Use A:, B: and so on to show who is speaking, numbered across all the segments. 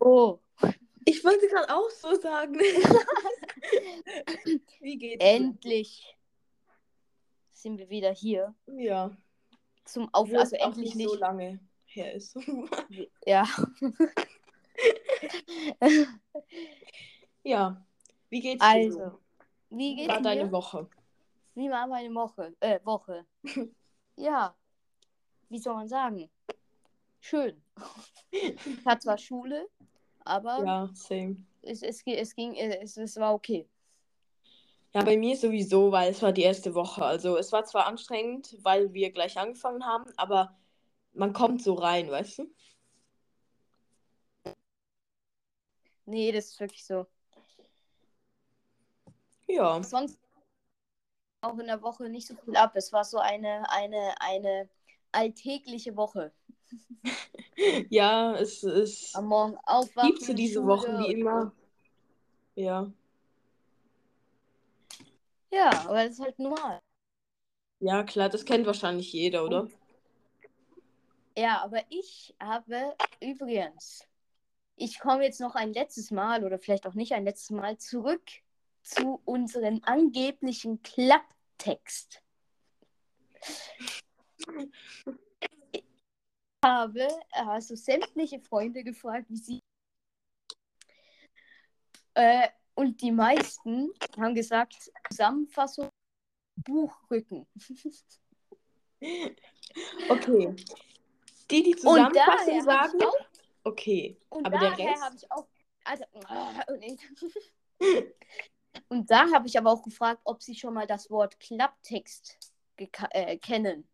A: Oh.
B: Ich wollte gerade auch so sagen. Wie geht's? dir?
A: Endlich sind wir wieder hier
B: Ja.
A: zum Aufnehmen.
B: Obwohl
A: Also
B: es auch
A: endlich
B: nicht so
A: nicht.
B: lange her ist.
A: Ja.
B: ja. Wie geht's dir?
A: Also, wie
B: Wie
A: geht's
B: war deine
A: dir?
B: Woche?
A: Wie war meine Woche? Äh, Woche. ja. Wie soll man sagen? Schön. Ich hatte zwar Schule, aber
B: Ja, same.
A: es, es, ge- es ging, äh, es, es war okay.
B: Ja, bei mir sowieso, weil es war die erste Woche. Also es war zwar anstrengend, weil wir gleich angefangen haben, aber man kommt so rein, weißt du?
A: Nee, das ist wirklich so.
B: Ja.
A: sonst auch in der Woche nicht so viel ab. Es war so eine, eine, eine alltägliche Woche.
B: Ja, es ist.
A: Am Morgen aufwachen.
B: Liebst du diese
A: Schule
B: Wochen wie
A: und-
B: immer? Ja.
A: Ja, aber das ist halt normal.
B: Ja, klar, das kennt wahrscheinlich jeder, oder?
A: Ja, aber ich habe übrigens, ich komme jetzt noch ein letztes Mal oder vielleicht auch nicht ein letztes Mal zurück zu unserem angeblichen Klapptext. Ich habe also sämtliche Freunde gefragt, wie sie. Äh, und die meisten haben gesagt, Zusammenfassung, Buchrücken.
B: Okay. Die, die
A: Und
B: Zusammenfassung
A: daher habe
B: sagen,
A: ich auch,
B: okay.
A: und
B: aber der
A: daher
B: Rest?
A: habe ich auch, also, und da habe ich aber auch gefragt, ob sie schon mal das Wort Klapptext geka- äh, kennen.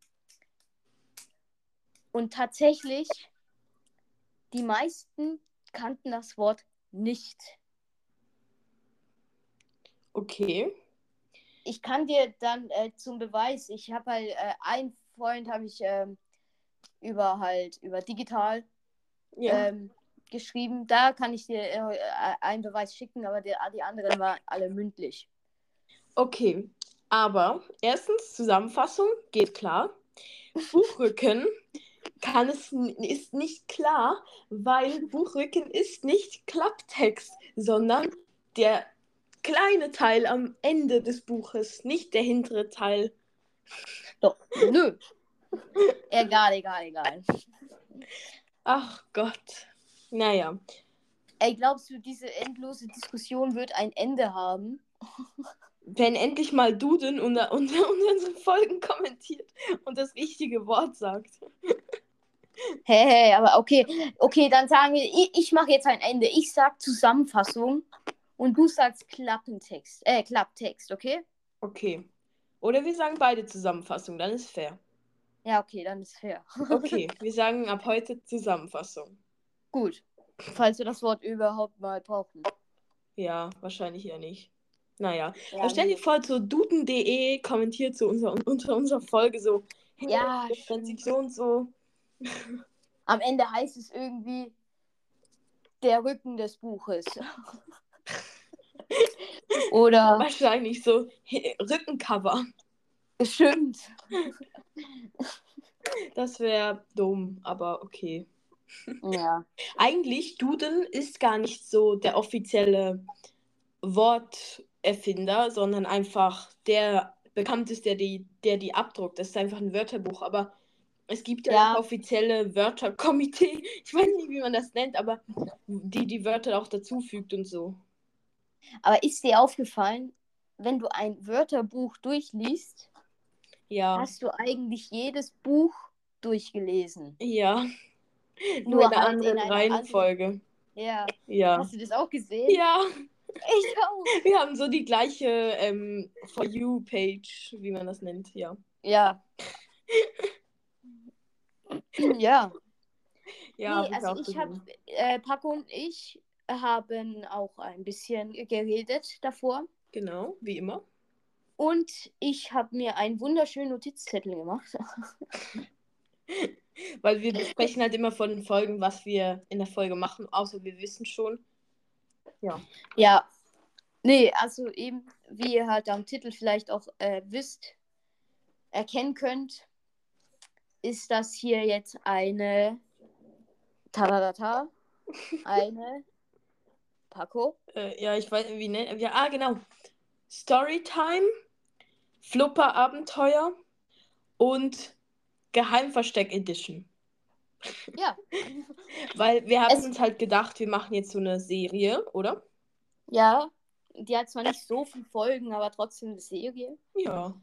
A: Und tatsächlich, die meisten kannten das Wort nicht.
B: Okay.
A: Ich kann dir dann äh, zum Beweis, ich habe halt äh, einen Freund, habe ich ähm, über halt über digital
B: Ja.
A: ähm, geschrieben. Da kann ich dir äh, einen Beweis schicken, aber der, die anderen waren alle mündlich.
B: Okay. Aber erstens, Zusammenfassung geht klar. Buchrücken kann es, n- ist nicht klar, weil Buchrücken ist nicht Klapptext, sondern der kleine Teil am Ende des Buches, nicht der hintere Teil.
A: Doch, nö. egal, egal, egal.
B: Ach Gott. Naja.
A: Ey, glaubst du, diese endlose Diskussion wird ein Ende haben?
B: wenn endlich mal Duden unter, unter unseren Folgen kommentiert und das richtige Wort sagt.
A: Hey, hey, aber okay, okay, dann sagen wir, ich, ich mache jetzt ein Ende. Ich sag Zusammenfassung und du sagst Klappentext, äh, Klapptext, okay?
B: Okay. Oder wir sagen beide Zusammenfassung, dann ist fair.
A: Ja, okay, dann ist fair.
B: Okay, wir sagen ab heute Zusammenfassung.
A: Gut, falls wir das Wort überhaupt mal brauchen.
B: Ja, wahrscheinlich eher nicht. Naja,
A: Ja,
B: aber stell dir vor, so duden.de kommentiert so unser, unter unserer Folge so, hey,
A: Ja,
B: wenn sich
A: Ah, stimmt.
B: so und so.
A: Am Ende heißt es irgendwie der Rücken des Buches. Oder
B: Wahrscheinlich so hey, Rückencover.
A: stimmt.
B: Das wäre dumm, aber okay.
A: Ja.
B: Eigentlich, Duden ist gar nicht so der offizielle Worterfinder, sondern einfach der bekannteste, der die, der die abdruckt. Das ist einfach ein Wörterbuch, aber es gibt ja,
A: Ja.
B: das offizielle Wörterkomitee. Ich weiß nicht, wie man das nennt, aber die die Wörter auch dazufügt und so.
A: Aber ist dir aufgefallen, wenn du ein Wörterbuch durchliest,
B: Ja,
A: hast du eigentlich jedes Buch durchgelesen.
B: ja.
A: Nur
B: Nur in einer
A: halt in
B: anderen
A: einer anderen-
B: Reihenfolge.
A: Ja.
B: Ja.
A: Hast du das auch gesehen?
B: Ja,
A: Ich auch.
B: wir haben so die gleiche ähm, For You-Page, wie man das nennt, ja.
A: Ja. ja.
B: Ja, hab
A: nee, also ich
B: gesehen.
A: habe, äh, Paco und ich haben auch ein bisschen geredet davor.
B: Genau, wie immer.
A: Und ich habe mir einen wunderschönen Notizzettel gemacht.
B: Weil wir besprechen halt immer von den Folgen, was wir in der Folge machen, außer wir wissen schon.
A: Ja. Nee, also eben, wie ihr halt am Titel vielleicht auch äh, wisst, erkennen könnt, ist das hier jetzt eine Tadadata Eine. Paco?
B: Äh, ja, ich weiß, wie nennt. Ja, ah, genau. Storytime, Flupper-Abenteuer und Geheimversteck Edition.
A: Ja.
B: Weil wir haben
A: Es-
B: uns halt gedacht, wir machen jetzt so eine Serie, oder?
A: Ja. Die hat zwar nicht so viele Folgen, aber trotzdem eine Serie.
B: Ja.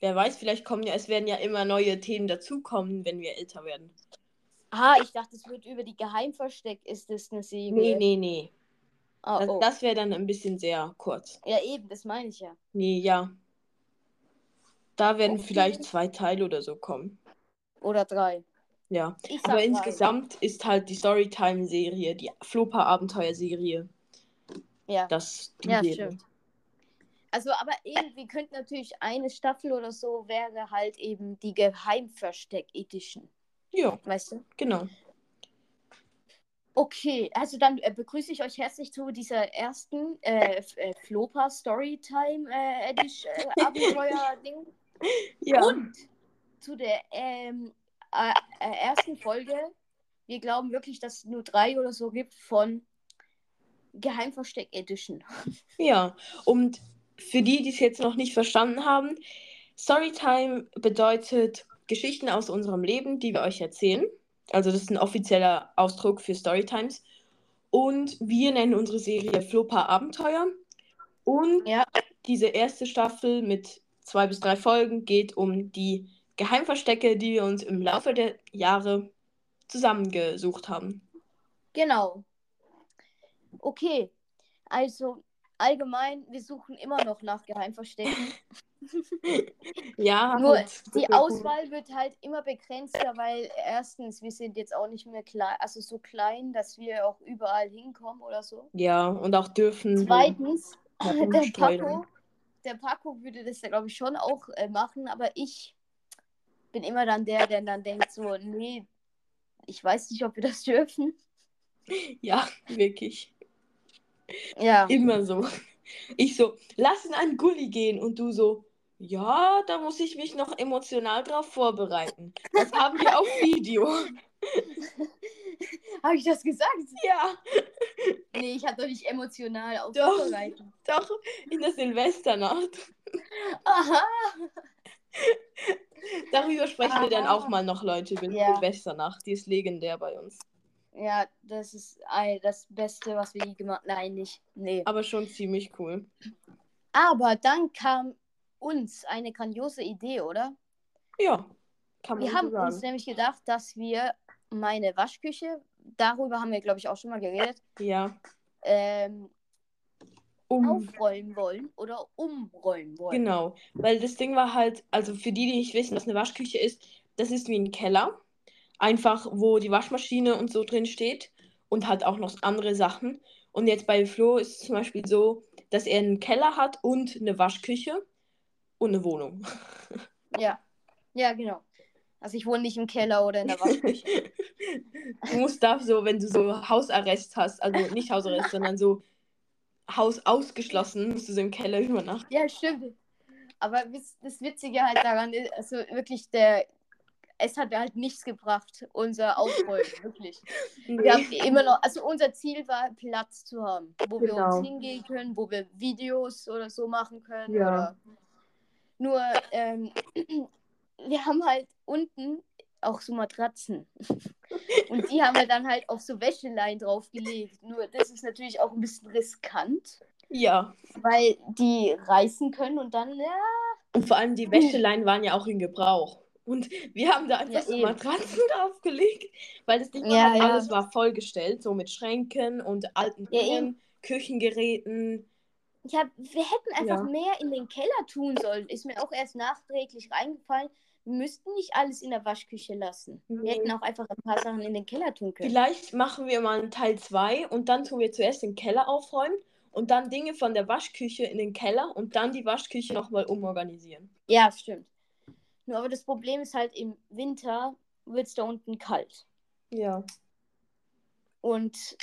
B: Wer weiß, vielleicht kommen ja, es werden ja immer neue Themen dazukommen, wenn wir älter werden.
A: Ah, ich dachte, es wird über die Geheimversteck ist es eine Serie.
B: Nee, nee, nee.
A: Ah,
B: Das,
A: oh.
B: das wäre dann ein bisschen sehr kurz.
A: Ja, eben, das meine ich ja.
B: Nee, ja. Da werden
A: Okay.
B: vielleicht zwei Teile oder so kommen.
A: Oder drei.
B: Ja.
A: Ich sag
B: Aber
A: drei.
B: insgesamt ist halt die Storytime-Serie, die Flopa-Abenteuer-Serie,
A: Ja.
B: das die
A: Ja,
B: Serie.
A: stimmt. Also, aber eben, wir könnten natürlich eine Staffel oder so wäre halt eben die Geheimversteck Edition.
B: Ja,
A: Weißt du?
B: genau.
A: Okay, also dann äh, begrüße ich euch herzlich zu dieser ersten äh, F- äh, Flopa Storytime äh, Edition äh, Abenteuer-Ding.
B: Ja.
A: Und zu der ähm, äh, äh, ersten Folge, wir glauben wirklich, dass es nur drei oder so gibt von Geheimversteck Edition.
B: Ja, und für die, die es jetzt noch nicht verstanden haben, Storytime bedeutet Geschichten aus unserem Leben, die wir euch erzählen. Also das ist ein offizieller Ausdruck für Storytimes. Und wir nennen unsere Serie Flopper Abenteuer. Und
A: Ja.
B: diese erste Staffel mit zwei bis drei Folgen geht um die Geheimverstecke, die wir uns im Laufe der Jahre zusammengesucht haben.
A: Genau. Okay, also allgemein, wir suchen immer noch nach Geheimverstecken.
B: Ja,
A: Nur
B: halt.
A: Die Auswahl wird halt immer begrenzter, weil erstens, wir sind jetzt auch nicht mehr klein, also so klein, dass wir auch überall hinkommen oder so.
B: Ja, und auch dürfen.
A: Zweitens,
B: Mhm. Ja,
A: der
B: umsteuern.
A: Paco, der Paco würde das ja, glaube ich, schon auch äh, machen, aber ich bin immer dann der, der dann denkt so, nee, ich weiß nicht, ob wir das dürfen.
B: Ja, wirklich.
A: Ja,
B: Immer so. Ich so, lass in einen Gully gehen. Und du so, ja, da muss ich mich noch emotional drauf vorbereiten. Das haben wir auf Video.
A: habe ich das gesagt?
B: Ja,
A: Nee, ich habe doch nicht emotional auf
B: Doch.
A: vorbereitet.
B: doch, in der Silvesternacht.
A: Aha.
B: Darüber sprechen wir dann
A: Ah.
B: auch mal noch, Leute, über die
A: Ja.
B: Silvesternacht. Die ist legendär bei uns.
A: Ja, das ist ei- das Beste, was wir je gemacht haben. Nein, nicht. Nee.
B: Aber schon ziemlich cool.
A: Aber dann kam uns eine grandiose Idee, oder?
B: Ja, kann man
A: Wir
B: so
A: haben
B: sagen.
A: uns nämlich gedacht, dass wir meine Waschküche, darüber haben wir, glaube ich, auch schon mal geredet,
B: Ja,
A: ähm,
B: um,
A: aufräumen wollen oder umräumen wollen.
B: genau. Weil das Ding war halt, also für die, die nicht wissen, was eine Waschküche ist, das ist wie ein Keller. Einfach, wo die Waschmaschine und so drin steht und halt auch noch andere Sachen. Und jetzt bei Flo ist es zum Beispiel so, dass er einen Keller hat und eine Waschküche und eine Wohnung.
A: Ja. Ja, genau. Also ich wohne nicht im Keller oder in der Waschküche.
B: Du musst da so, wenn du so Hausarrest hast, also nicht Hausarrest, sondern so Haus ausgeschlossen, musst du so im Keller übernachten.
A: Ja, stimmt. Aber witz- das Witzige halt daran ist, also wirklich, der, es hat halt nichts gebracht, unser Aufräumen, wirklich. Wir haben immer noch, also unser Ziel war, Platz zu haben, wo wir
B: Genau.
A: uns hingehen können, wo wir Videos oder so machen können.
B: Ja.
A: Oder nur, ähm, wir haben halt unten auch so Matratzen. Und die haben wir dann halt auf so Wäscheleien draufgelegt. Nur das ist natürlich auch ein bisschen riskant
B: Ja.
A: weil die reißen können und dann, ja,
B: Und vor allem die Wäscheleinen waren ja auch in Gebrauch. Und wir haben da einfach
A: Ja,
B: so
A: eben.
B: Matratzen draufgelegt, weil das Ding war,
A: Ja,
B: halt,
A: ja.
B: alles war vollgestellt, so mit Schränken und alten
A: Ja,
B: Dingen, Küchengeräten.
A: ich hab, wir hätten einfach
B: Ja.
A: mehr in den Keller tun sollen. Ist mir auch erst nachträglich reingefallen. Wir müssten nicht alles in der Waschküche lassen.
B: Nee.
A: Wir hätten auch einfach ein paar Sachen in den Keller tun können.
B: Mhm. Vielleicht machen wir mal einen Teil 2 und dann tun wir zuerst den Keller aufräumen und dann Dinge von der Waschküche in den Keller und dann die Waschküche nochmal umorganisieren.
A: Ja, stimmt. Nur aber das Problem ist halt, im Winter wird es da unten kalt.
B: Ja.
A: Und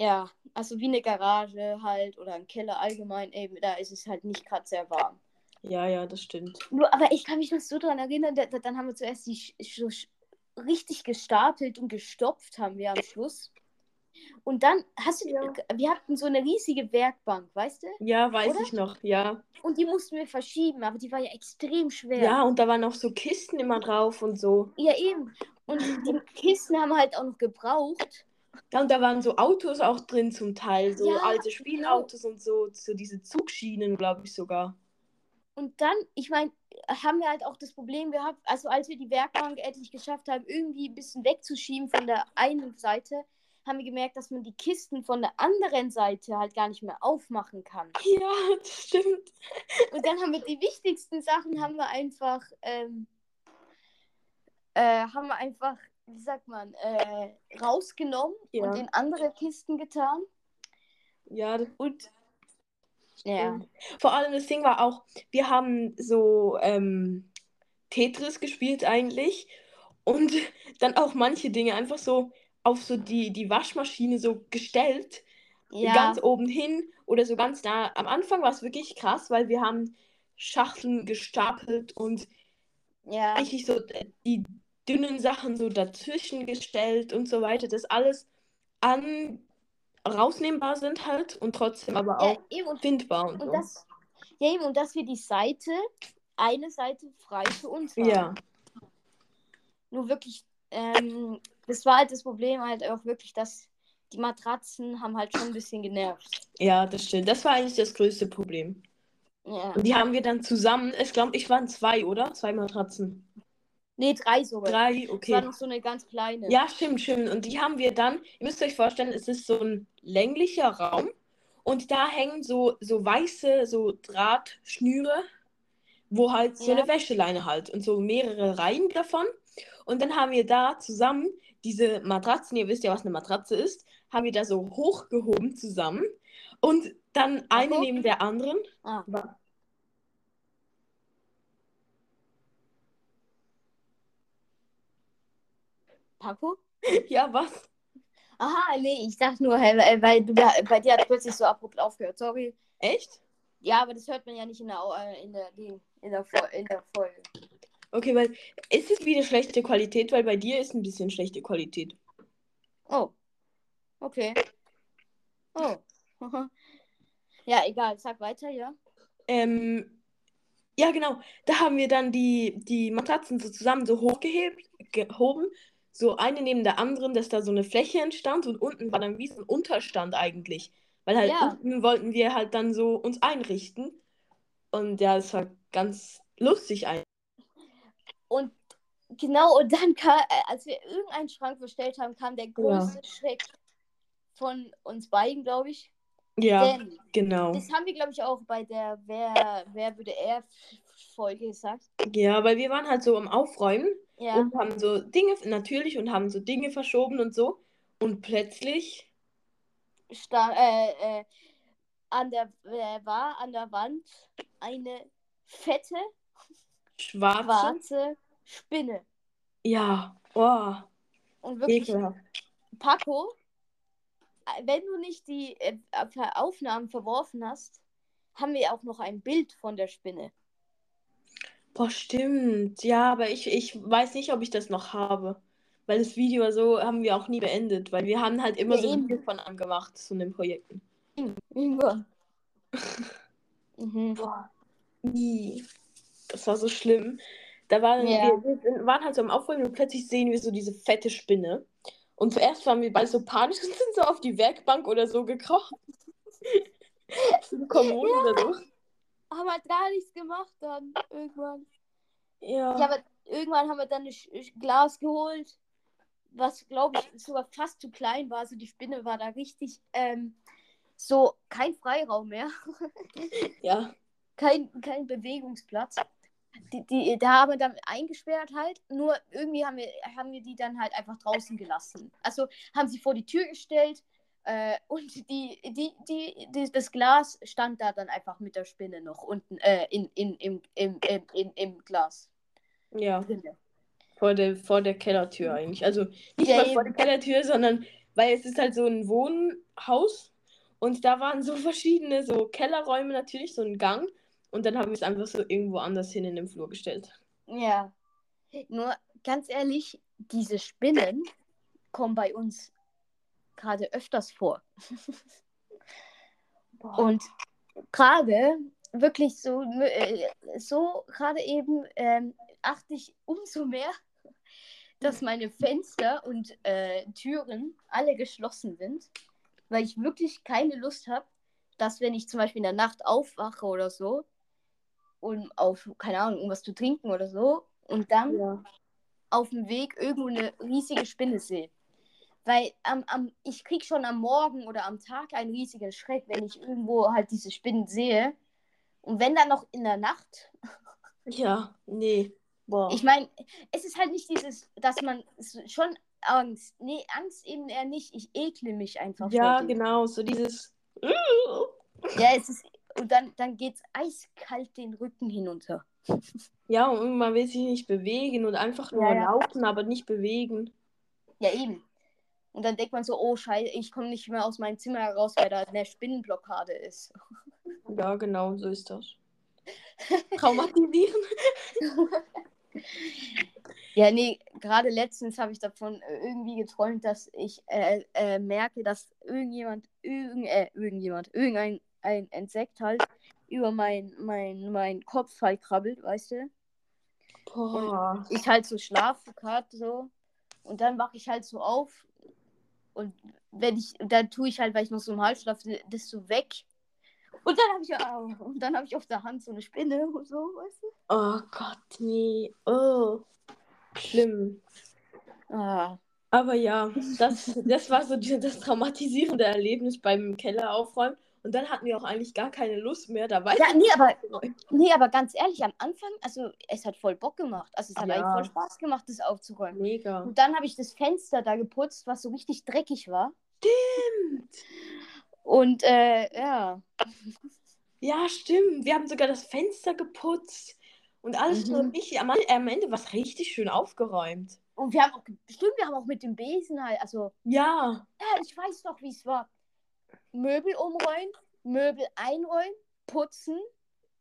A: ja, also wie eine Garage halt oder ein Keller allgemein, eben, da ist es halt nicht gerade sehr warm.
B: Ja, ja, das stimmt.
A: Nur, aber ich kann mich noch so daran erinnern, da, da, dann haben wir zuerst die Sch- Sch- Sch- richtig gestapelt und gestopft, haben wir am Schluss. Und dann hast du,
B: Ja.
A: wir hatten so eine riesige Werkbank, weißt du?
B: Ja, weiß
A: Oder?
B: ich noch, ja.
A: Und die mussten wir verschieben, aber die war ja extrem schwer.
B: ja. und da waren auch so Kisten immer drauf und so.
A: Ja, eben. Und die Kisten haben wir halt auch noch gebraucht.
B: Ja, und da waren so Autos auch drin zum Teil, so
A: Ja,
B: alte Spielautos und so, so diese Zugschienen, glaube ich sogar.
A: Und dann, ich meine, haben wir halt auch das Problem gehabt, also als wir die Werkbank endlich geschafft haben, irgendwie ein bisschen wegzuschieben von der einen Seite, haben wir gemerkt, dass man die Kisten von der anderen Seite halt gar nicht mehr aufmachen kann.
B: Ja, das stimmt.
A: Und dann haben wir die wichtigsten Sachen haben wir einfach, ähm, äh, haben wir einfach, wie sagt man, äh, rausgenommen
B: Ja.
A: und in andere Kisten getan.
B: Ja, und
A: Ja.
B: ähm, vor allem das Ding war auch, wir haben so ähm, Tetris gespielt eigentlich und dann auch manche Dinge einfach so auf so die, die Waschmaschine so gestellt.
A: Ja.
B: ganz oben hin oder so ganz nah. Am Anfang war es wirklich krass, weil wir haben Schachteln gestapelt und
A: ja.
B: richtig so äh, die dünnen Sachen so dazwischen gestellt und so weiter, dass alles an rausnehmbar sind halt und trotzdem aber
A: ja,
B: auch
A: eben, und,
B: findbar und so.
A: und das, ja, eben, und dass wir die Seite, eine Seite frei für uns haben.
B: ja,
A: Nur wirklich, ähm, das war halt das Problem halt auch wirklich, dass die Matratzen haben halt schon ein bisschen genervt.
B: ja, das stimmt. Das war eigentlich das größte Problem.
A: Ja.
B: Und die haben wir dann zusammen, ich glaube, ich waren zwei, oder? Zwei Matratzen.
A: Nee, drei sogar.
B: Drei,
A: Das war
B: okay.
A: noch so eine ganz kleine.
B: Ja, stimmt, stimmt. Und die haben wir dann, ihr müsst euch vorstellen, es ist so ein länglicher Raum und da hängen so, so weiße, so Drahtschnüre, wo halt so
A: Ja.
B: eine Wäscheleine halt und so mehrere Reihen davon. Und dann haben wir da zusammen diese Matratzen, ihr wisst ja, was eine Matratze ist, haben wir da so hochgehoben zusammen und dann eine
A: Hoch?
B: neben der anderen.
A: Ah. Paco?
B: Ja, was?
A: Aha, nee, ich dachte nur, hey, weil- weil du da, bei dir hat plötzlich so abrupt aufgehört. Sorry.
B: Echt?
A: Ja, aber das hört man ja nicht in der, Au- äh, in der, Ding- in der, Fol- in der Folge.
B: Okay, weil ist es wieder schlechte Qualität, weil bei dir ist ein bisschen schlechte Qualität.
A: Oh. Okay. Oh. ja, egal. Sag weiter, ja.
B: Ähm, ja, genau. Da haben wir dann die, die Matratzen so zusammen so hochgehebt, gehoben, so eine neben der anderen, dass da so eine Fläche entstand und unten war dann wie so ein Unterstand eigentlich. Weil halt
A: Ja.
B: unten wollten wir halt dann so uns einrichten. Und ja, es war ganz lustig eigentlich.
A: Und genau, und dann kam, äh, als wir irgendeinen Schrank bestellt haben, kam der größte Schreck von uns beiden, glaube ich.
B: Ja,
A: Denn
B: genau.
A: das haben wir, glaube ich, auch bei der Wer, Wer würde er Folge gesagt.
B: Ja, weil wir waren halt so am Aufräumen
A: Ja.
B: und haben so Dinge, natürlich, und haben so Dinge verschoben und so. Und plötzlich,
A: Sta äh, äh, an der äh, war an der Wand eine fette
B: schwarze.
A: schwarze Spinne.
B: Ja, oh,
A: Und wirklich
B: ekelhaft.
A: Paco, wenn du nicht die äh, Aufnahmen verworfen hast, haben wir auch noch ein Bild von der Spinne.
B: Boah, stimmt. Ja, aber ich, ich weiß nicht, ob ich das noch habe. Weil das Video so haben wir auch nie beendet, weil wir haben halt immer
A: Ja,
B: so ein
A: eben.
B: Video von angemacht zu den Projekten.
A: Ja. mhm.
B: Boah. Nie. Das war so schlimm. Da waren
A: Ja.
B: wir, wir sind, waren halt so am Aufräumen und plötzlich sehen wir so diese fette Spinne. Und zuerst waren wir beide so panisch und sind so auf die Werkbank oder so gekrochen. Zu den Kommoden oder so.
A: Haben halt gar nichts gemacht dann irgendwann.
B: Ja.
A: Ja, aber irgendwann haben wir dann ein Sch- Sch- Glas geholt, was glaube ich sogar fast zu klein war. Also die Spinne war da richtig ähm, so kein Freiraum mehr.
B: Ja.
A: kein, kein Bewegungsplatz. Die, die, da haben wir dann eingesperrt halt, nur irgendwie haben wir, haben wir die dann halt einfach draußen gelassen. Also haben sie vor die Tür gestellt äh, und die, die, die, die, das Glas stand da dann einfach mit der Spinne noch unten äh, in, in, im, im, im, im, im Glas.
B: Ja.
A: drin.
B: Vor der, vor der Kellertür eigentlich. Also nicht
A: Ja,
B: mal vor der
A: eben.
B: Kellertür, sondern weil es ist halt so ein Wohnhaus und da waren so verschiedene so Kellerräume natürlich, so ein Gang. Und dann haben wir es einfach so irgendwo anders hin in den Flur gestellt.
A: Ja. Nur ganz ehrlich, diese Spinnen kommen bei uns gerade öfters vor. Und gerade wirklich so, äh, so gerade eben ähm, achte ich umso mehr, dass meine Fenster und äh, Türen alle geschlossen sind, weil ich wirklich keine Lust habe, dass wenn ich zum Beispiel in der Nacht aufwache oder so, um auf, keine Ahnung, um was zu trinken oder so, und dann
B: Ja.
A: auf dem Weg irgendwo eine riesige Spinne sehe. Weil am, am, ich krieg schon am Morgen oder am Tag einen riesigen Schreck, wenn ich irgendwo halt diese Spinnen sehe. Und wenn dann noch in der Nacht.
B: Ja, nee. Boah.
A: Ich meine, es ist halt nicht dieses, dass man s- schon Angst. Nee, Angst eben eher nicht. Ich ekle mich einfach.
B: ja,
A: vor denen.
B: genau, so dieses.
A: Ja, es ist. Und dann, dann geht's eiskalt den Rücken hinunter.
B: Ja, und man will sich nicht bewegen und einfach nur
A: Ja, ja.
B: laufen, aber nicht bewegen.
A: Ja, eben. Und dann denkt man so, oh Scheiße, ich komme nicht mehr aus meinem Zimmer raus, weil da eine Spinnenblockade ist.
B: Ja, genau, so ist das. Traumatisieren.
A: Ja, nee, gerade letztens habe ich davon äh, irgendwie geträumt, dass ich äh, äh, merke, dass irgendjemand, irgend, äh, irgendjemand, irgendein ein Insekt halt über mein, mein, mein Kopf halt krabbelt, weißt du?
B: Boah.
A: Ich halt so schlafe gerade so und dann wache ich halt so auf und wenn ich, dann tue ich halt, weil ich noch so im Halbschlaf bin, das so weg. Und dann habe ich, au, und dann habe ich auf der Hand so eine Spinne und so, weißt du?
B: Oh Gott, nee. Oh. Schlimm.
A: Ah,
B: Aber ja, das, das war so die, das traumatisierende Erlebnis beim Keller aufräumen. Und dann hatten wir auch eigentlich gar keine Lust mehr dabei.
A: Ja, nee, aber
B: aufzuräumen.
A: Nee, aber ganz ehrlich, am Anfang, also es hat voll Bock gemacht. Also es hat
B: Ja.
A: eigentlich voll Spaß gemacht, das aufzuräumen.
B: Mega.
A: Und dann habe ich das Fenster da geputzt, was so richtig dreckig war. Und äh, ja.
B: Ja, stimmt. Wir haben sogar das Fenster geputzt und alles
A: Mhm.
B: so richtig. Am, am Ende war es richtig schön aufgeräumt.
A: Und wir haben auch, stimmt, wir haben auch mit dem Besen halt, also,
B: Ja.
A: ja, ich weiß noch, wie es war. Möbel umräumen, Möbel einräumen, putzen,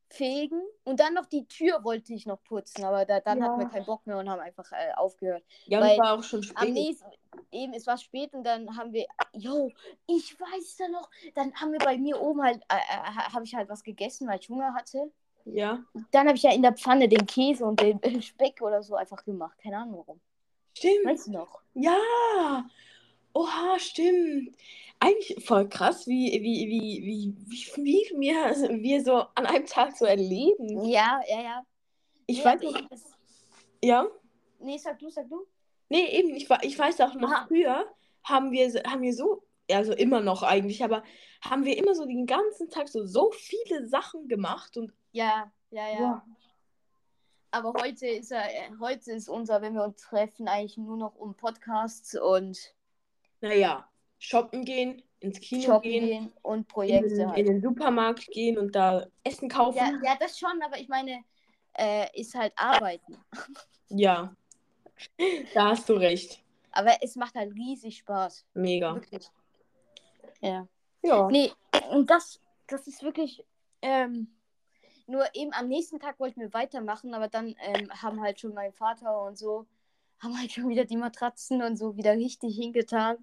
A: fegen und dann noch die Tür wollte ich noch putzen, aber da, dann
B: Ja.
A: hatten wir keinen Bock mehr und haben einfach äh, aufgehört.
B: Ja,
A: Weil
B: und war auch schon
A: Am
B: spät.
A: nächsten, eben, es war spät und dann haben wir, yo, ich weiß da noch, dann haben wir bei mir oben halt, äh, äh, habe ich halt was gegessen, weil ich Hunger hatte.
B: Ja.
A: Dann habe ich ja in der Pfanne den Käse und den äh, Speck oder so einfach gemacht, keine Ahnung warum.
B: Stimmt.
A: Weißt du noch?
B: Ja. Oha, stimmt. Eigentlich voll krass, wie, wie, wie, wie, wie viel wir, wir so an einem Tag so erleben.
A: Ja, ja, ja.
B: Ich
A: Nee,
B: weiß
A: aber
B: noch,
A: ich- es-
B: ja.
A: Nee, sag du, sag du.
B: Nee, eben, ich, wa- ich weiß auch noch,
A: Aha.
B: früher haben wir, so- haben wir so, also immer noch eigentlich, aber haben wir immer so den ganzen Tag so, so viele Sachen gemacht und
A: Ja, ja, ja.
B: Boah.
A: Aber heute ist er, äh, heute ist unser, wenn wir uns treffen, eigentlich nur noch um Podcasts und
B: naja, shoppen gehen, ins Kino
A: Shoppen
B: gehen,
A: gehen und
B: in,
A: Projekte
B: den,
A: halt.
B: in den Supermarkt gehen und da Essen kaufen.
A: Ja, ja, das schon, aber ich meine, äh, ist halt Arbeiten.
B: Ja, da hast du recht.
A: Aber es macht halt riesig Spaß.
B: Mega.
A: Wirklich. Ja.
B: Ja.
A: Nee, und das, das ist wirklich. Ähm, nur eben am nächsten Tag wollten wir weitermachen, aber dann ähm, haben halt schon mein Vater und so, haben halt schon wieder die Matratzen und so wieder richtig hingetan.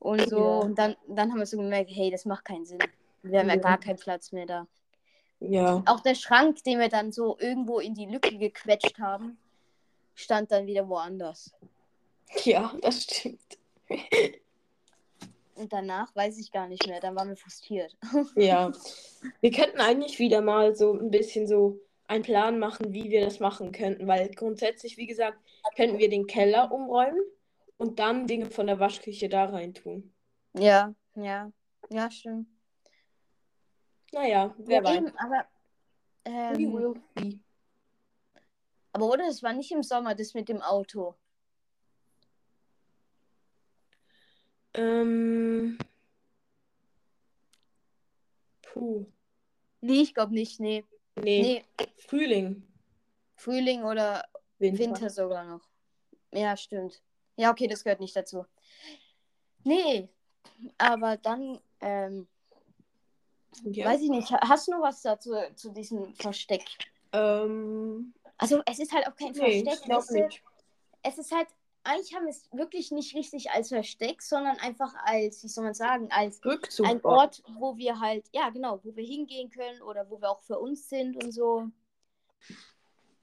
A: Und so,
B: Ja.
A: und dann, dann haben wir so gemerkt, hey, das macht keinen Sinn. Wir haben ja
B: Ja.
A: gar keinen Platz mehr da.
B: Ja.
A: Auch der Schrank, den wir dann so irgendwo in die Lücke gequetscht haben, stand dann wieder woanders.
B: Ja, das stimmt.
A: Und danach weiß ich gar nicht mehr, dann waren wir frustriert.
B: Ja. Wir könnten eigentlich wieder mal so ein bisschen so einen Plan machen, wie wir das machen könnten, weil grundsätzlich, wie gesagt, könnten wir den Keller umräumen und dann Dinge von der Waschküche da rein tun.
A: Ja, ja, ja, stimmt.
B: Naja, wer
A: ja,
B: weiß.
A: eben, aber,
B: We
A: ähm,
B: will see.
A: aber oder es war nicht im Sommer, das mit dem Auto.
B: Ähm. Puh.
A: Nee, ich glaube nicht, nee.
B: Nee.
A: Nee,
B: Frühling.
A: Frühling oder
B: Winter.
A: Winter sogar noch. Ja, stimmt. Ja, okay, das gehört nicht dazu. Nee, aber dann, ähm,
B: Ja.
A: weiß ich nicht, ha- hast du noch was dazu zu diesem Versteck?
B: Ähm.
A: Also, es ist halt auch kein
B: Nee, ich
A: Versteck,
B: glaub
A: weißt du?
B: nicht.
A: es ist halt, eigentlich haben wir es wirklich nicht richtig als Versteck, sondern einfach als, wie soll man sagen, als
B: Rückzug.
A: ein Ort, wo wir halt, ja genau, wo wir hingehen können oder wo wir auch für uns sind und so.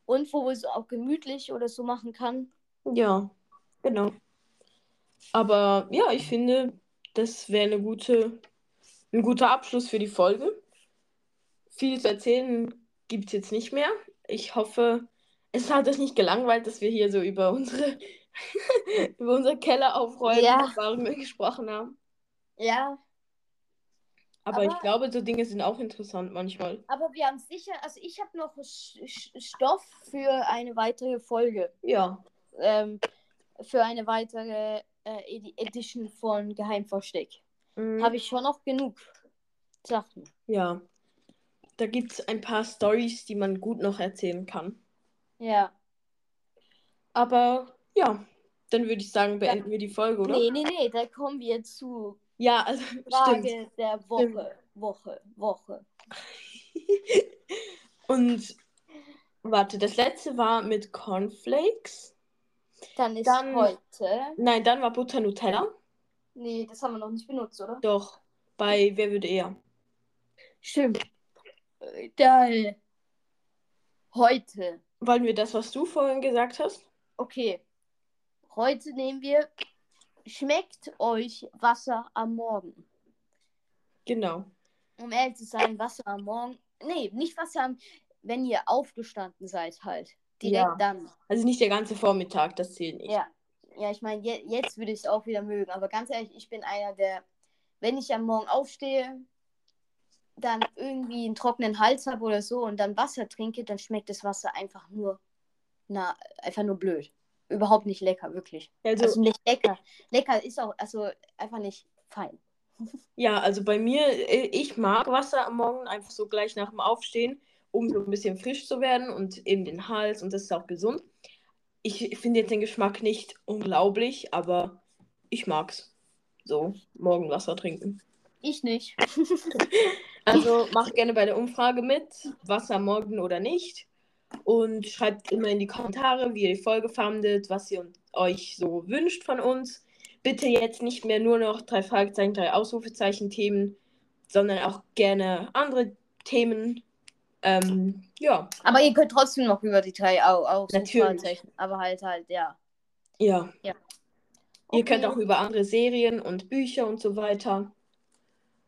A: Und wo wir es auch gemütlich oder so machen kann.
B: Ja, genau. Aber ja, ich finde, das wäre eine gute, ein guter Abschluss für die Folge. Viel zu erzählen gibt es jetzt nicht mehr. Ich hoffe, es hat euch nicht gelangweilt, dass wir hier so über unsere über unser Keller aufräumen
A: Ja.
B: Erfahrungen gesprochen haben.
A: Ja,
B: Aber, ich
A: Aber-
B: glaube, so Dinge sind auch interessant manchmal.
A: aber wir haben sicher, also ich habe noch Sch- Sch- Stoff für eine weitere Folge.
B: Ja,
A: Ähm, für eine weitere äh, Edi- Edition von Geheimversteck.
B: habe
A: Habe
B: ich.
A: ich schon noch genug Sachen.
B: Mhm. Ja. Da gibt es ein paar Stories, die man gut noch erzählen kann.
A: Ja.
B: Aber ja, dann würde ich sagen, beenden wir die Folge, oder?
A: Nee, nee, nee, da kommen wir zu
B: Ja, also
A: Frage
B: stimmt.
A: der Woche. Woche, Woche.
B: Und warte, das letzte war mit Cornflakes.
A: Dann ist
B: Dann-
A: heute.
B: Nein, dann war Butter Nutella.
A: Nee, das haben wir noch nicht benutzt, oder?
B: Doch, bei Wer würde eher?
A: Stimmt. Äh, Dann heute.
B: Wollen wir das, was du vorhin gesagt hast?
A: Okay. Heute nehmen wir. Schmeckt euch Wasser am Morgen?
B: Genau.
A: Um ehrlich zu sein, Wasser am Morgen. Nee, nicht Wasser am. Wenn ihr aufgestanden seid, halt. Direkt
B: Ja.
A: dann.
B: Also nicht der ganze Vormittag, das zählt nicht.
A: Ja, ja ich meine, je jetzt würde ich es auch wieder mögen. Aber ganz ehrlich, ich bin einer, der, wenn ich am Morgen aufstehe, dann irgendwie einen trockenen Hals habe oder so und dann Wasser trinke, dann schmeckt das Wasser einfach nur, na, einfach nur blöd. Überhaupt nicht lecker, wirklich.
B: Also,
A: Also nicht lecker. Lecker ist auch, also einfach nicht fein.
B: ja, also bei mir, äh, ich mag Wasser am Morgen einfach so gleich nach dem Aufstehen, um so ein bisschen frisch zu werden und eben den Hals und das ist auch gesund. Ich finde jetzt den Geschmack nicht unglaublich, aber ich mag's. So, morgen Wasser trinken.
A: Ich nicht.
B: Also macht gerne bei der Umfrage mit, Wasser morgen oder nicht. Und schreibt immer in die Kommentare, wie ihr die Folge fandet, was ihr uns- euch so wünscht von uns. Bitte jetzt nicht mehr nur noch drei Fragezeichen, drei Ausrufezeichen Themen, sondern auch gerne andere Themen. Ähm, ja,
A: Aber ihr könnt trotzdem noch über die drei auch. auch so
B: Natürlich.
A: Fragezeichen. Aber halt, halt, ja.
B: ja. Ihr könnt
A: Okay.
B: auch über andere Serien und Bücher und so weiter.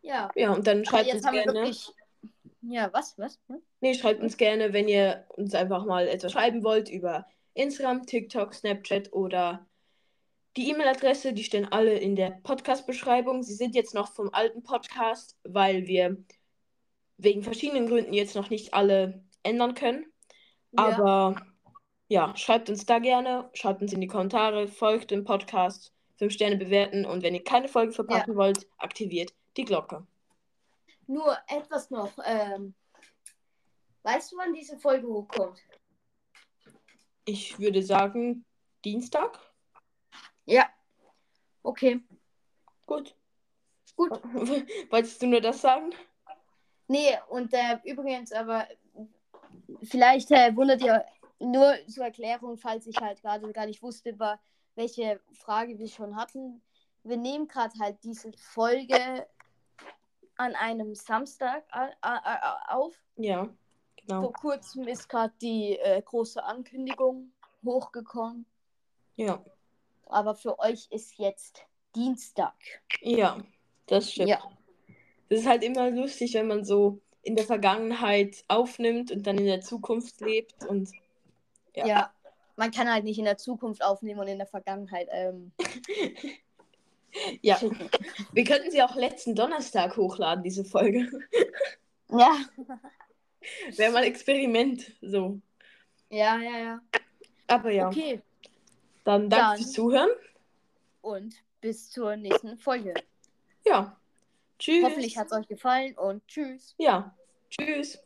A: Ja,
B: Ja, und dann
A: aber
B: schreibt
A: jetzt
B: uns
A: haben wir
B: gerne.
A: wirklich. Ja, was, was? Hm? was?
B: Nee, schreibt uns gerne, wenn ihr uns einfach mal etwas schreiben wollt über Instagram, TikTok, Snapchat oder die E-Mail-Adresse. Die stehen alle in der Podcast-Beschreibung. Sie sind jetzt noch vom alten Podcast, weil wir wegen verschiedenen Gründen jetzt noch nicht alle ändern können.
A: Ja.
B: Aber ja, schreibt uns da gerne, schreibt uns in die Kommentare, folgt dem Podcast, 5 Sterne bewerten und wenn ihr keine Folge verpassen wollt, aktiviert die Glocke.
A: Nur etwas noch. Ähm, weißt du, wann diese Folge hochkommt?
B: Ich würde sagen, Dienstag.
A: Ja. Okay.
B: Gut.
A: Gut.
B: Wolltest du nur das sagen?
A: Nee, und äh, übrigens, aber vielleicht äh, wundert ihr nur zur Erklärung, falls ich halt gerade gar nicht wusste, über welche Frage wir schon hatten. Wir nehmen gerade halt diese Folge an einem Samstag a- a- a- auf.
B: Ja, genau.
A: Vor kurzem ist gerade die äh, große Ankündigung hochgekommen.
B: Ja,
A: Aber für euch ist jetzt Dienstag.
B: ja, das stimmt.
A: Ja.
B: Das ist halt immer lustig, wenn man so in der Vergangenheit aufnimmt und dann in der Zukunft lebt und Ja.
A: Ja. Man kann halt nicht in der Zukunft aufnehmen und in der Vergangenheit. Ähm,
B: ja,
A: schicken.
B: wir könnten sie auch letzten Donnerstag hochladen, diese Folge.
A: ja.
B: Wäre mal Experiment, so.
A: Ja, ja, ja.
B: Aber ja,
A: Okay.
B: dann danke
A: Dann-
B: fürs Zuhören.
A: Und bis zur nächsten Folge.
B: Ja, tschüss.
A: Hoffentlich hat es euch gefallen und tschüss.
B: Ja, tschüss.